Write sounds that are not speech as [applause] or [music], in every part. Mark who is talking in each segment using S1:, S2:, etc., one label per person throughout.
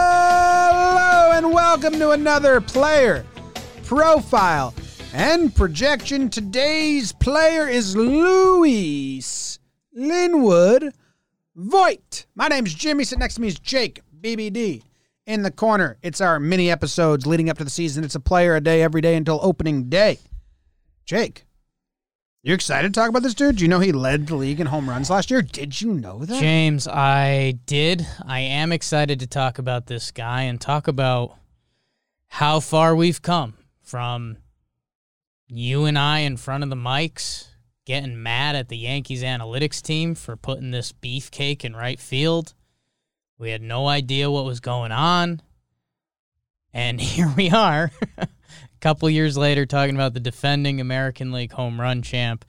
S1: Hello and welcome to another player profile and projection. Today's player is Luis Linwood Voigt. My name's Jimmy. Sitting next to me is Jake BBD. In the corner, it's our mini episodes leading up to the season. It's a player a day every day until opening day. Jake, you're excited to talk about this dude? Do you know he led the league in home runs last year? Did you know that?
S2: James, I did. I am excited to talk about this guy and talk about how far we've come from you and I in front of the mics getting mad at the Yankees analytics team for putting this beefcake in right field. We had no idea what was going on. And [laughs] here we are, a couple years later, talking about the defending American League home run champ.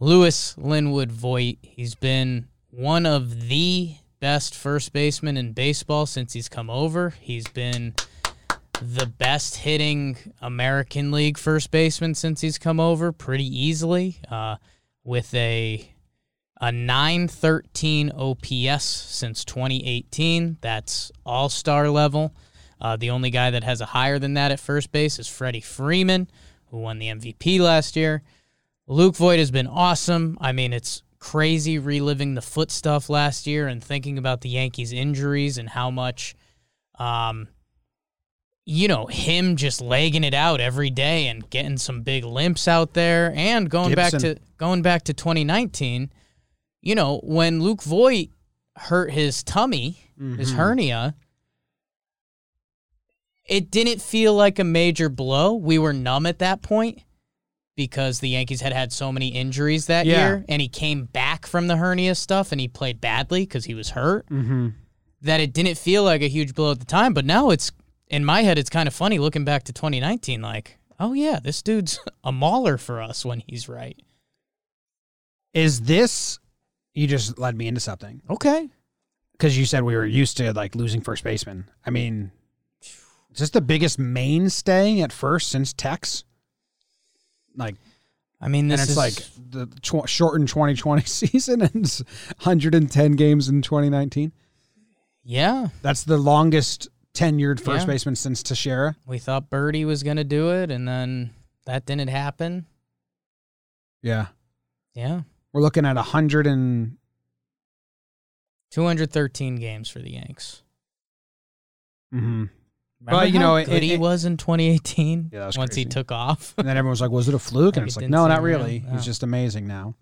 S2: Lewis Linwood Voigt. He's been one of the best first basemen in baseball since he's come over. He's been the best hitting American League first baseman since he's come over pretty easily uh, with a a 913 OPS since 2018. That's all star level. Uh, the only guy that has a higher than that at first base is Freddie Freeman, who won the MVP last year. Luke Voigt has been awesome. I mean, it's crazy reliving the foot stuff last year and thinking about the Yankees' injuries and how much, um, you know, him just legging it out every day and getting some big limps out there and going back
S1: Gibson.
S2: to going back to 2019. You know, when Luke Voigt hurt his tummy,
S1: Mm-hmm.
S2: his hernia, it didn't feel like a major blow. We were numb at that point because the Yankees had had so many injuries that
S1: Yeah.
S2: year, and he came back from the hernia stuff and he played badly because he was hurt.
S1: Mm-hmm.
S2: That it didn't feel like a huge blow at the time, but now it's in my head. It's kind of funny looking back to 2019, like, oh yeah, this dude's [laughs] a mauler for us when he's right.
S1: Is this? You just led me into something
S2: Okay,
S1: because you said we were used to like losing first baseman. I mean, is this the biggest mainstay at first since Tex? Like,
S2: I mean,
S1: and
S2: this
S1: it's
S2: is
S1: like the tw- shortened 2020 [laughs] season and it's 110 games in 2019.
S2: yeah.
S1: That's the longest tenured first
S2: Yeah.
S1: baseman since Teixeira.
S2: We thought Birdie was gonna do it, and then that didn't happen.
S1: Yeah,
S2: Yeah,
S1: we're looking at 100 and
S2: 213 games for the Yanks.
S1: mhm.
S2: Remember
S1: Well, you
S2: how
S1: know, it-
S2: good he
S1: it-
S2: was in 2018.
S1: Yeah, that was
S2: once he
S1: crazy.
S2: took off. [laughs]
S1: And then everyone's like, "Was it a fluke?" And
S2: Like,
S1: it's
S2: it
S1: like,
S2: didn't
S1: "No, not
S2: seem real.
S1: really.
S2: Oh.
S1: He's just amazing now."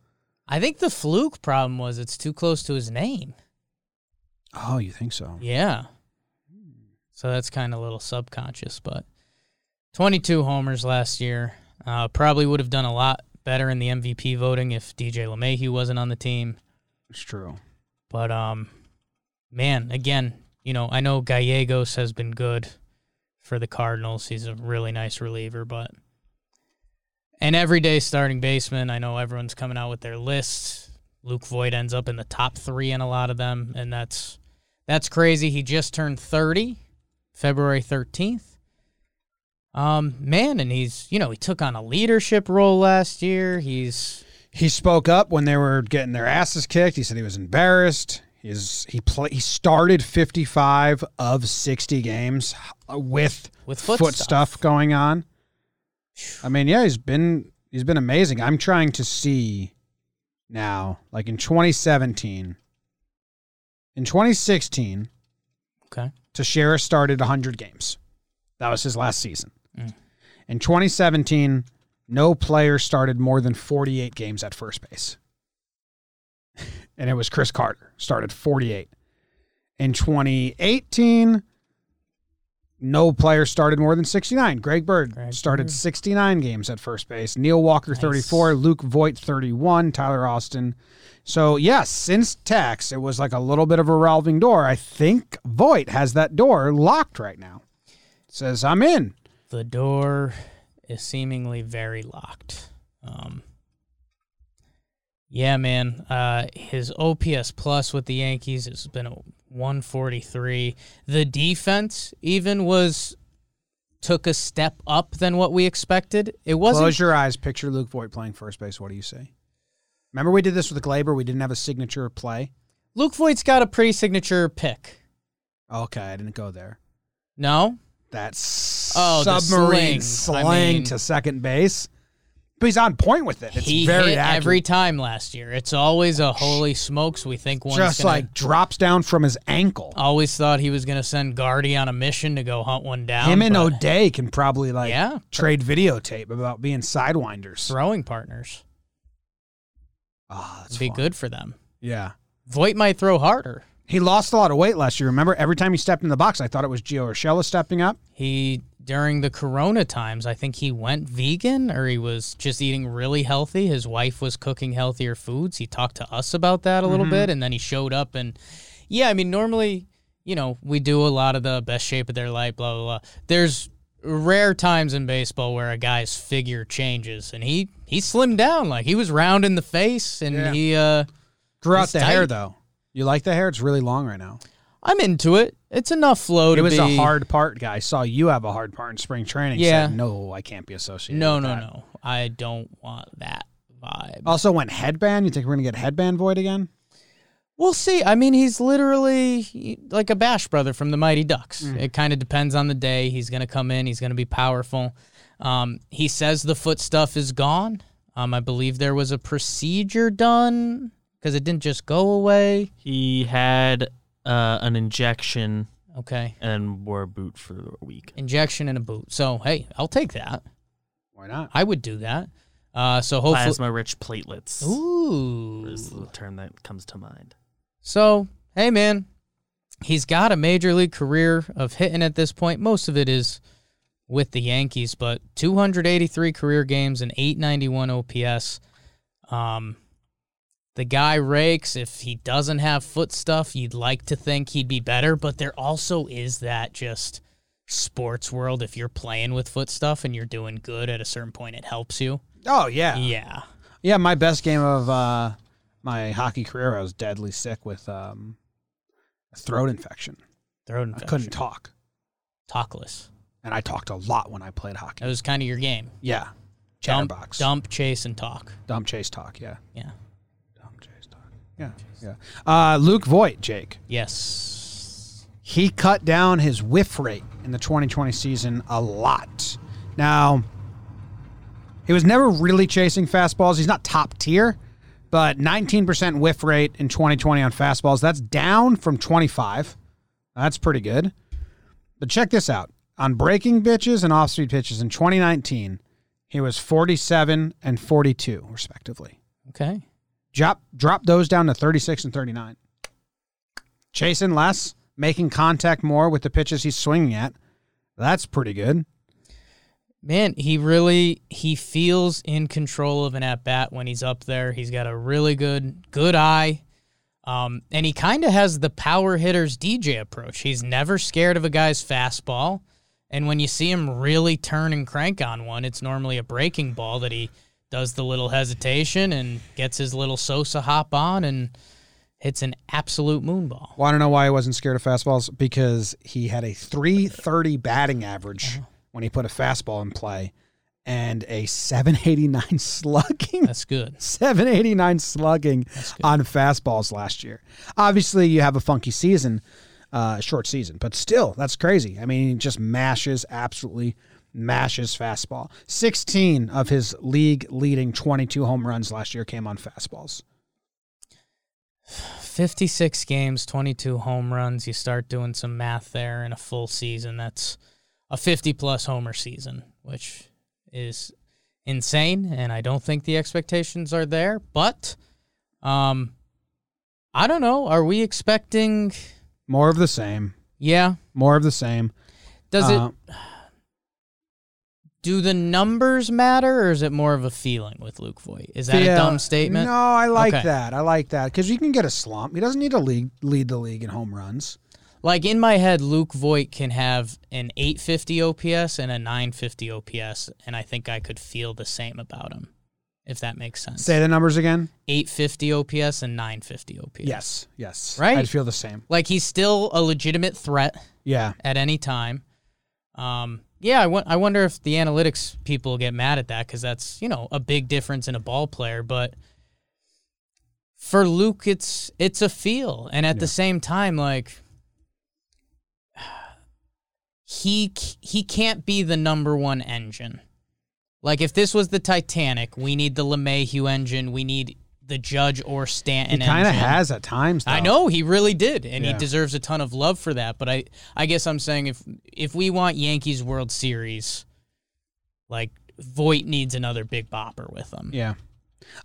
S2: I think the fluke problem was it's too close to his name.
S1: Oh, you think so?
S2: Yeah. So that's kind of a little subconscious, but 22 homers last year. Uh, probably would have done a lot better in the MVP voting if DJ LeMahieu wasn't on the team.
S1: It's true.
S2: But um, man, again, you know, I know Gallegos has been good for the Cardinals. He's a really nice reliever, but an everyday starting baseman. I know everyone's coming out with their lists. Luke Voigt ends up in the top three in a lot of them, and that's that's crazy. He just turned thirty, February thirteenth. Um, man, and he's you know he took on a leadership role last year. He's
S1: He spoke up when they were getting their asses kicked. He said he was embarrassed. He's he play, he started 55 of 60 games with
S2: With foot
S1: stuff. going on. I mean, yeah, he's been he's been amazing. I'm trying to see now like in 2017 in 2016
S2: okay.
S1: Teixeira started 100 games. That was his last season.
S2: Mm.
S1: In 2017, no player started more than 48 games at first base. [laughs] and it was Chris Carter, started 48. In 2018, no player started more than 69. Greg Bird
S2: Greg
S1: started
S2: Bird.
S1: 69 games at first base. Neil Walker,
S2: Nice.
S1: 34. Luke Voigt, 31. Tyler Austin. So, yes, since tax, it was like a little bit of a revolving door. I think Voigt has that door locked right now. Says, I'm in.
S2: The door is seemingly very locked. Um, yeah, man. Uh, his OPS plus with the Yankees has been a 143. The defense even was took a step up than what we expected. It wasn't
S1: Close your eyes. Picture Luke Voigt playing first base. What do you say? Remember, we did this with Glaber. We didn't have a signature play.
S2: Luke Voigt's got a pretty signature pick.
S1: Okay, I didn't go there.
S2: No,
S1: That's
S2: Oh, the
S1: submarine
S2: sling. I
S1: slang
S2: mean-
S1: to second base. But he's on point with it. It's
S2: he
S1: very
S2: hit
S1: accurate.
S2: every time last year. It's always a holy smokes. We think one's
S1: Just
S2: gonna,
S1: like drops down from his ankle.
S2: always thought he was gonna send Guardy on a mission to go hunt one down.
S1: Him and
S2: but
S1: O'Day can probably like
S2: Yeah.
S1: trade videotape about being sidewinders.
S2: throwing partners
S1: Ah, that's
S2: would be
S1: fun.
S2: good for them.
S1: Yeah.
S2: Voight might throw harder.
S1: He lost a lot of weight last year. Remember, every time he stepped in the box, I thought it was Gio Urshela stepping up.
S2: He during the Corona times, I think he went vegan or he was just eating really healthy. His wife was cooking healthier foods. He talked to us about that a
S1: Mm-hmm.
S2: little bit, and then he showed up and yeah, I mean normally. You know, we do a lot of the best shape of their life, blah, blah, blah. There's rare times in baseball where a guy's figure changes, and he he slimmed down. Like, he was round in the face, and
S1: Yeah.
S2: he, uh,
S1: Grew out
S2: He's
S1: the hair
S2: tight.
S1: though. You like the hair? It's really long right now.
S2: I'm into it. It's enough flow
S1: It
S2: to
S1: was
S2: be.
S1: a hard part, guy. I saw you have a hard part in spring training.
S2: Yeah.
S1: Said, no, I can't be associated.
S2: No,
S1: with
S2: no,
S1: that."
S2: no. I don't want that vibe.
S1: Also went headband. You think we're gonna get headband void again?
S2: We'll see. I mean, he's literally like a Bash brother from the Mighty Ducks. It kind of depends on the day. He's going to come in, he's going to be powerful. Um, he says the foot stuff is gone. Um, I believe there was a procedure done because it didn't just go away.
S3: He had uh, an injection
S2: Okay.
S3: and wore a boot for a week.
S2: Injection and a boot. So, hey, I'll take that.
S1: Why not?
S2: I would do that. Uh, so, hopefully.
S3: Plasma rich platelets is
S2: Ooh.
S3: the term that comes to mind.
S2: So, hey, man, he's got a major league career of hitting at this point. Most of it is with the Yankees, but 283 career games and 891 OPS. Um, the guy rakes. If he doesn't have foot stuff, you'd like to think he'd be better, but there also is that just sports world. If you're playing with foot stuff and you're doing good at a certain point, it helps you.
S1: Oh yeah. yeah,
S2: Yeah.
S1: My best game of uh, my hockey career, I was deadly sick with um, a throat infection.
S2: Throat
S1: I
S2: infection.
S1: couldn't talk,
S2: Talkless.
S1: and I talked a lot when I played hockey.
S2: That was kind of your game.
S1: Yeah,
S2: dump,
S1: chatterbox,
S2: dump, chase, and talk.
S1: dumb chase talk. Yeah,
S2: Yeah.
S1: dumb chase talk. Yeah, yeah. Uh, Luke Voigt, Jake.
S2: Yes.
S1: he cut down his whiff rate in the 2020 season a lot. Now, he was never really chasing fastballs. He's not top tier, but 19% whiff rate in 2020 on fastballs. That's down from 25. That's pretty good. But check this out on breaking pitches and off speed pitches in 2019, he was 47 and 42, respectively.
S2: Okay.
S1: Drop drop those down to 36 and 39. Chasing less, making contact more with the pitches he's swinging at. That's pretty good.
S2: Man, he really he feels in control of an at bat when he's up there. He's got a really good good eye. Um, and he kind of has the power hitter's DJ approach. He's never scared of a guy's fastball. And when you see him really turn and crank on one, it's normally a breaking ball that he does the little hesitation and gets his little Sosa hop on and hits an absolute moonball.
S1: Well, I don't know why I wasn't scared of fastballs because he had a 330 batting average when he put a fastball in play and a 789 [laughs] slugging.
S2: That's good.
S1: 789 slugging on fastballs last year. Obviously, you have a funky season, uh, short season, but still, that's crazy. I mean, he just mashes, absolutely mashes fastball. 16 of his league leading 22 home runs last year came on fastballs.
S2: 56 games, 22 home runs. You start doing some math there in a full season. That's a 50 plus homer season, which is insane. And I don't think the expectations are there. But um, I don't know. Are we expecting?
S1: More of the same.
S2: Yeah.
S1: More of the same.
S2: Does
S1: Uh,
S2: it? Do the numbers matter, or is it more of a feeling with Luke Voigt? Is that
S1: yeah.
S2: a dumb statement?
S1: No, I like
S2: Okay.
S1: that. I like that because you can get a slump. He doesn't need to lead, lead the league in home runs.
S2: Like in my head, Luke Voigt can have an 850 OPS and a 950 OPS, and I think I could feel the same about him, if that makes sense.
S1: Say the numbers again.
S2: 850 OPS and 950 OPS.
S1: Yes, yes.
S2: Right?
S1: I'd feel the same.
S2: Like he's still a legitimate threat
S1: Yeah.
S2: at any time. Um, yeah, I won- I wonder if the analytics people get mad at that because that's you know a big difference in a ball player, but for Luke, it's it's a feel, and at the same time, like he c- he can't be the number one engine. Like if this was the Titanic, we need the LeMahieu engine, we need the Judge or Stanton.
S1: He kind of
S2: engine.
S1: has at times. Though.
S2: I know he really did, and
S1: Yeah.
S2: he deserves a ton of love for that. But I, I guess I'm saying if if we want Yankees World Series, like Voight needs another big bopper with him.
S1: Yeah.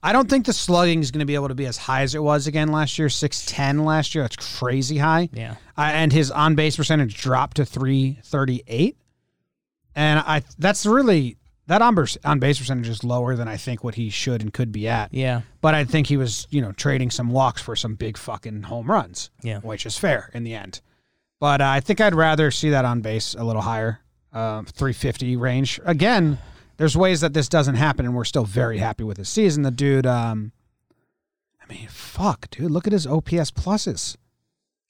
S1: I don't think the slugging is going to be able to be as high as it was again last year. 610 last year. That's crazy high.
S2: Yeah.
S1: Uh, and his on base percentage dropped to 338. And I that's really that on base on base percentage is lower than I think what he should and could be at.
S2: yeah,
S1: But I think he was, you know, trading some walks for some big fucking home runs.
S2: Yeah.
S1: Which is fair in the end. But uh, I think I'd rather see that on base a little higher, uh, 350 range. Again, there's ways that this doesn't happen, and we're still very happy with his season. The dude, um, I mean, fuck, dude, look at his OPS pluses.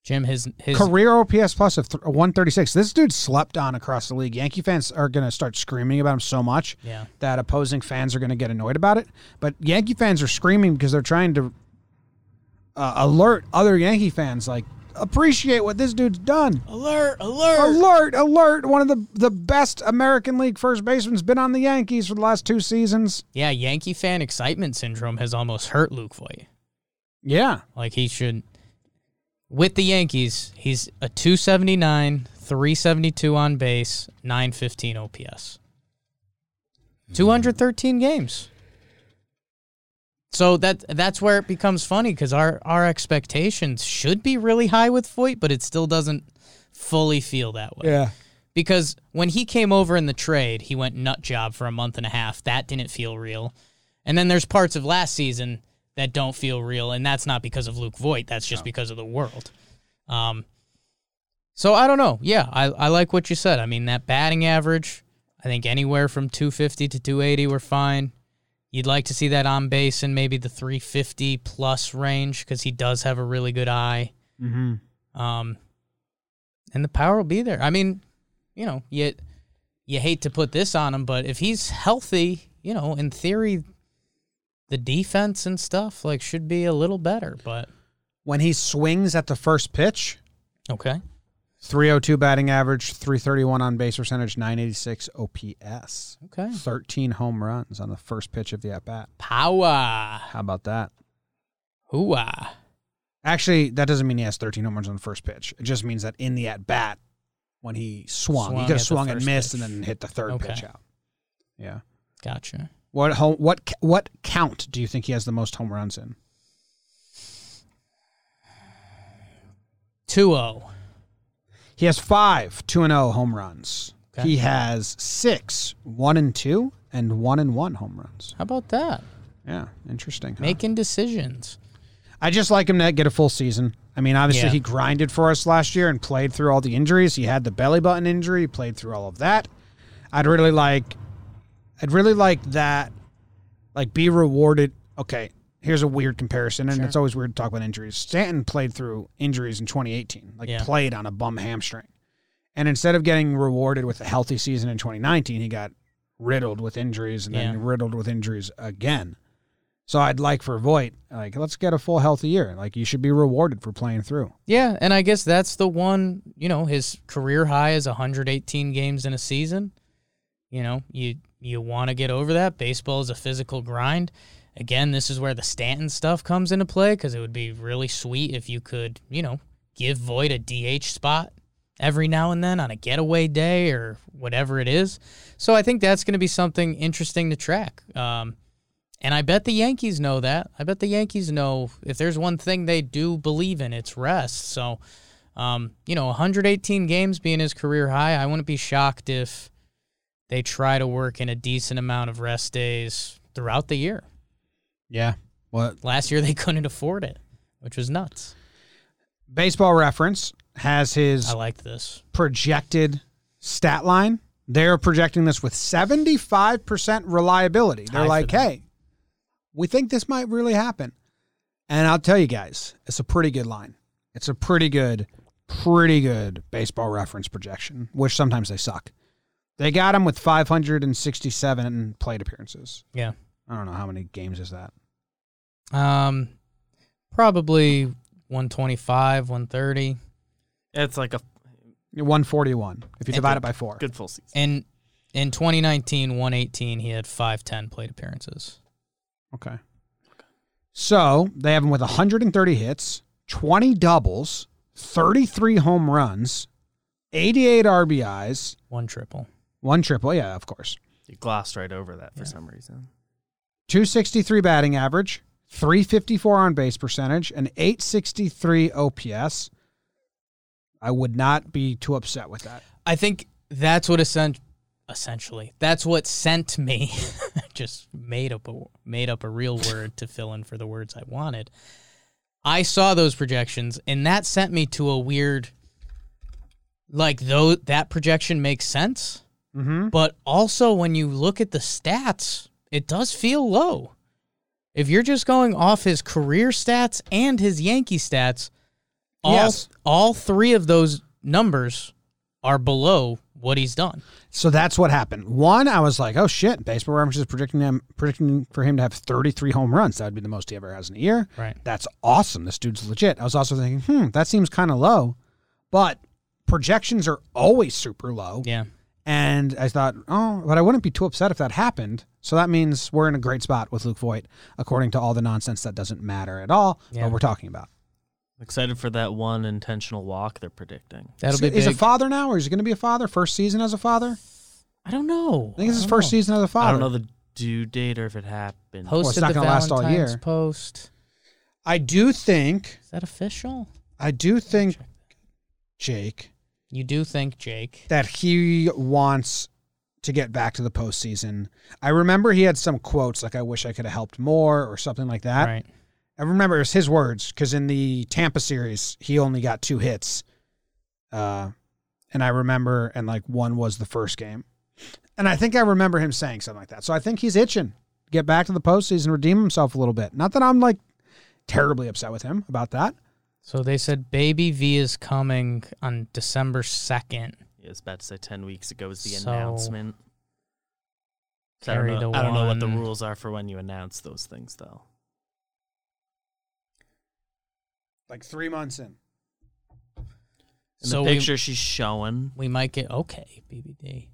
S2: Jim, his his
S1: Career OPS plus of th- 136. This dude slept on across the league. Yankee fans are going to start screaming about him so much
S2: yeah,
S1: that opposing fans are going to get annoyed about it. But Yankee fans are screaming because they're trying to uh, alert other Yankee fans, like, appreciate what this dude's done.
S2: alert, alert.
S1: Alert, alert. One of the, the best American League first baseman's been on the Yankees for the last two seasons.
S2: Yeah, Yankee fan excitement syndrome has almost hurt Luke Voight.
S1: Yeah.
S2: Like he should. With the Yankees, he's a 279, 372 on base, 915 OPS. 213 games. So that that's where it becomes funny because our, our expectations should be really high with Voight, but it still doesn't fully feel that way.
S1: Yeah.
S2: Because when he came over in the trade, he went nut job for a month and a half. That didn't feel real. And then there's parts of last season that don't feel real, and that's not because of Luke Voigt. That's just because of the world. Um, so I don't know. Yeah, I, I like what you said. I mean, that batting average, I think anywhere from 250 to 280, we're fine. You'd like to see that on base in maybe the 350 plus range because he does have a really good eye.
S1: Mm-hmm.
S2: Um, and the power will be there. I mean, you know, you you hate to put this on him, but if he's healthy, you know, in theory, the defense and stuff like should be a little better. But
S1: When he swings at the first pitch,
S2: okay,
S1: 302 batting average, 331 on base percentage, 986 OPS,
S2: okay,
S1: 13 home runs on the first pitch of the at bat.
S2: power,
S1: How about that?
S2: hooah,
S1: Actually, that doesn't mean he has 13 home runs on the first pitch. It just means that in the at bat, when he swung,
S2: Swung
S1: he could
S2: at
S1: have
S2: the
S1: swung and
S2: first
S1: missed,
S2: pitch.
S1: and then hit the third
S2: Okay.
S1: pitch out. Yeah.
S2: gotcha.
S1: What home, what ca- what count do you think he has the most home runs in?
S2: 2-0.
S1: He has five two and zero home runs.
S2: Okay.
S1: He has six one and two and one and one home runs.
S2: How about that?
S1: Yeah, interesting. huh?
S2: Making decisions.
S1: I just like him to get a full season. I mean, obviously
S2: Yeah.
S1: he grinded for us last year and played through all the injuries. He had the belly button injury, he played through all of that. I'd really like I'd really like that like be rewarded. Okay, here's a weird comparison and it's always weird to talk about injuries. Stanton played through injuries in 2018, like
S2: Yeah.
S1: played on a bum hamstring. And instead of getting rewarded with a healthy season in 2019, he got riddled with injuries and
S2: Yeah.
S1: then riddled with injuries again. So I'd like for Voight, like, let's get a full healthy year. Like, you should be rewarded for playing through.
S2: Yeah, and I guess that's the one, you know, his career high is 118 games in a season. You know, you you want to get over that. Baseball is a physical grind. Again, this is where the Stanton stuff comes into play cuz it would be really sweet if you could, you know, give Void a DH spot every now and then on a getaway day or whatever it is. So I think that's going to be something interesting to track. Um And I bet the Yankees know that. I bet the Yankees know if there's one thing they do believe in, it's rest. So, um, you know, 118 games being his career high, I wouldn't be shocked if they try to work in a decent amount of rest days throughout the year.
S1: Yeah. What
S2: Last year they [laughs] couldn't afford it, which was nuts.
S1: baseball reference has his
S2: I like this.
S1: projected stat line. They're projecting this with 75% reliability. They're
S2: High for
S1: like,
S2: them.
S1: hey, we think this might really happen. And I'll tell you guys, it's a pretty good line. It's a pretty good, pretty good baseball reference projection, which sometimes they suck. They got him with 567 plate appearances.
S2: Yeah.
S1: I don't know how many games is that.
S2: Um, probably 125, 130.
S3: It's like a
S1: 141 if you
S2: And
S1: divide
S2: the-
S1: it by four.
S3: good full season.
S2: And in 2019, 118, he had 510 plate appearances.
S1: Okay. So they have him with 130 hits, 20 doubles, 33 home runs, 88 RBIs,
S2: One triple.
S1: one triple. Yeah, of course.
S3: You glossed right over that for some reason.
S1: 263 batting average, 354 on base percentage, and 863 OPS. I would not be too upset with that.
S2: I think that's what essen- essentially that's what sent me. [laughs] just made up a made up a real word to fill in for the words I wanted. I saw those projections, and that sent me to a weird, like though that projection makes sense,
S1: Mm-hmm.
S2: but also when you look at the stats, it does feel low. If you're just going off his career stats and his Yankee stats, all
S1: Yes.
S2: all three of those numbers are below what he's done.
S1: So that's what happened. One, I was like, "Oh shit!" Baseball Reference is predicting him, predicting for him to have 33 home runs. That would be the most he ever has in a year.
S2: Right.
S1: That's awesome. This dude's legit. I was also thinking, "Hmm, that seems kind of low," but projections are always super low.
S2: Yeah.
S1: And I thought, "Oh, but I wouldn't be too upset if that happened." So that means we're in a great spot with Luke Voigt, according to all the nonsense that doesn't matter at all.
S2: Yeah.
S1: What we're talking about.
S3: Excited for that one intentional walk they're predicting.
S2: That'll be
S1: is
S2: big.
S1: a father now, or is he going to be a father? First season as a father?
S2: I don't know.
S1: I think it's his first season as a father.
S3: I don't know the due date or if it happened.
S2: Posted
S1: it's not
S2: the
S1: gonna last all
S2: Valentine's
S1: year.
S2: Post.
S1: I do think.
S2: Is that official?
S1: I do think, Jake,
S2: You do think Jake?
S1: that he wants to get back to the postseason. I remember he had some quotes like, I wish I could have helped more or something like that.
S2: right.
S1: I remember it was his words because in the Tampa series, he only got two hits. Uh, and I remember, and like one was the first game. And I think I remember him saying something like that. So I think he's itching to get back to the postseason, redeem himself a little bit. Not that I'm like terribly upset with him about that.
S2: So they said Baby V is coming on December second.
S3: Yeah, I was about to say 10 weeks ago was the
S2: So,
S3: announcement. So I don't,
S2: carry
S3: know,
S2: the
S3: I don't know what the
S2: one.
S3: rules are for when you announce those things, though.
S1: Like three months in.
S3: In
S2: So
S3: the
S2: we-
S3: picture she's showing,
S2: We might get okay, BBD.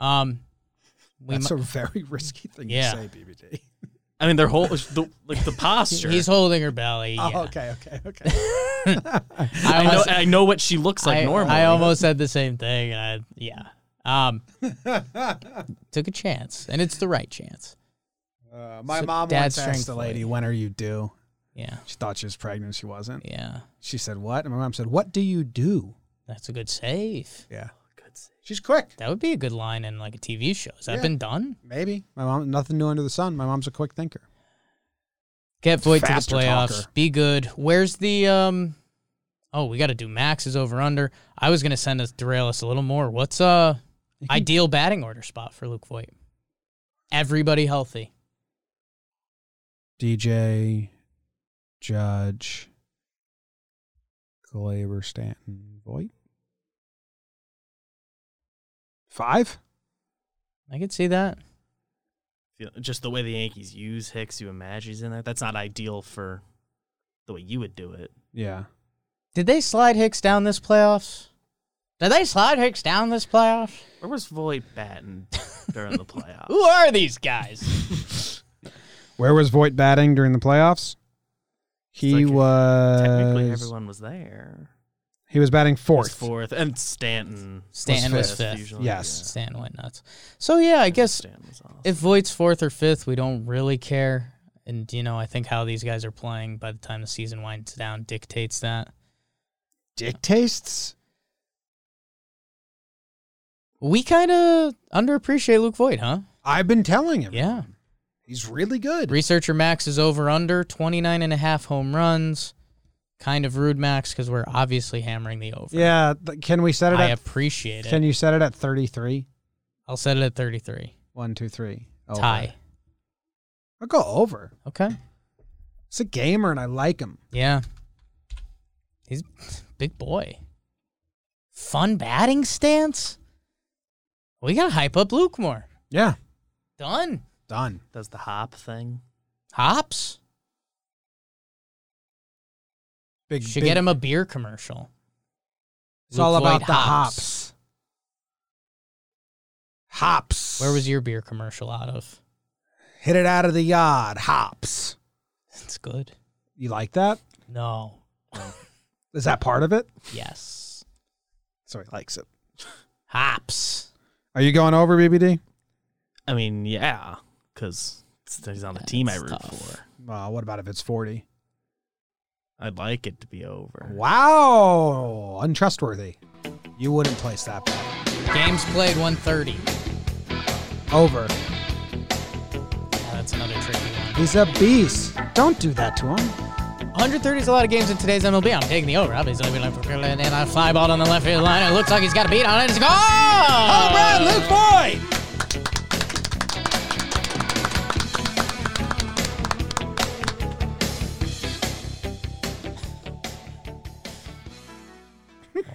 S2: Um, we
S1: That's
S2: mi-
S1: a very [laughs] risky thing
S2: Yeah.
S1: to say, BBD.
S3: I mean, their whole, [laughs] the, like the
S2: [laughs]
S3: posture.
S2: he's holding her belly. [laughs] yeah.
S1: Oh, okay, okay, okay.
S2: [laughs] I,
S3: [laughs] I know,
S2: almost,
S3: I know what she looks like
S2: I-
S3: normally.
S2: I almost said the same thing. And I, yeah.
S1: [laughs]
S2: Um, took a chance, and it's the right chance.
S1: [laughs] Uh, my
S2: So
S1: mom
S2: dad's
S1: once asked
S2: strength
S1: the lady,
S2: lady.
S1: "When are you due?"
S2: Yeah,
S1: She thought she was pregnant. She wasn't.
S2: yeah.
S1: She said, "What?" And my mom said, "What do you do?"
S2: That's a good save.
S1: Yeah,
S3: Good save.
S1: she's quick.
S2: That would be a good line in like a TV show. Has that
S1: Yeah.
S2: been done?
S1: Maybe my mom. Nothing new under the sun. My mom's a quick thinker.
S2: Get Voight to the
S1: Faster
S2: playoffs.
S1: talker.
S2: Be good. Where's the um? Oh, we got to do Max's over under. I was gonna send us derail us a little more. What's uh ideal batting order spot for Luke Voigt? Everybody healthy.
S1: DJ, Judge, Glaber, Stanton, Voight. Five.
S2: I could see that.
S3: You know, Just the way the Yankees use Hicks, you imagine he's in there. That's not ideal for the way you would do it.
S1: Yeah.
S2: Did they slide Hicks down this playoffs? Did they slide Hicks down this playoffs?
S3: Where was Voight
S2: [laughs]
S3: batting during the playoffs?
S2: Who are these [laughs] guys?
S1: Where was Voight batting during the playoffs? He
S3: like
S1: was
S3: Technically, everyone was there.
S1: He was batting
S3: It was
S1: fourth.
S3: Fourth. And Stanton.
S2: Stanton was
S1: fifth.
S2: fifth.
S3: usually,
S1: Yes.
S3: yeah.
S2: Stanton went nuts. So yeah, I guess
S3: Stanton was off.
S2: if Voight's fourth or fifth, we don't really care. And you know, I think how these guys are playing by the time the season winds down dictates that.
S1: Dick tastes.
S2: We kind of underappreciate Luke Voigt, huh?
S1: I've been telling him.
S2: Yeah.
S1: He's really good.
S2: Researcher Max is over under 29 and a half home runs. Kind of rude, Max, because we're obviously hammering the over.
S1: Yeah. th- Can we set it
S2: I
S1: at?
S2: appreciate it.
S1: Can you set it at 33?
S2: I'll set it at 33.
S1: One, two, three. Over.
S2: Tie.
S1: I'll go over.
S2: Okay.
S1: He's a gamer and I like him.
S2: Yeah. He's a big boy. Fun batting stance? We got to hype up Luke more.
S1: Yeah.
S2: Done.
S1: Done.
S3: Does the hop thing?
S2: Hops?
S1: Big.
S2: Should
S1: big-
S2: get him a beer commercial.
S1: It's all
S2: Luke
S1: about
S2: Voit
S1: the hops. Hops.
S2: Where was your beer commercial out of?
S1: Hit it out of the yard. Hops.
S2: It's good.
S1: You like that?
S2: No.
S1: Is that part of it?
S2: Yes.
S1: So he likes it.
S2: Hops.
S1: Are you going over, BBD?
S3: I mean, yeah, because he's on the team I
S2: That's
S3: root
S2: tough.
S3: for.
S1: Well, Uh, what about if it's 40?
S3: I'd like it to be over.
S1: Wow. Untrustworthy. You wouldn't place that bet.
S2: Games played 130.
S1: Over.
S2: Yeah, that's another tricky one.
S1: He's a beast. Don't do that to him.
S2: 130 is a lot of games in today's MLB. I'm taking the over. Obviously, we left for Kirtland and a fly ball on the left field line. It looks like he's got a beat on it. It's a goal! Home
S1: Boyd.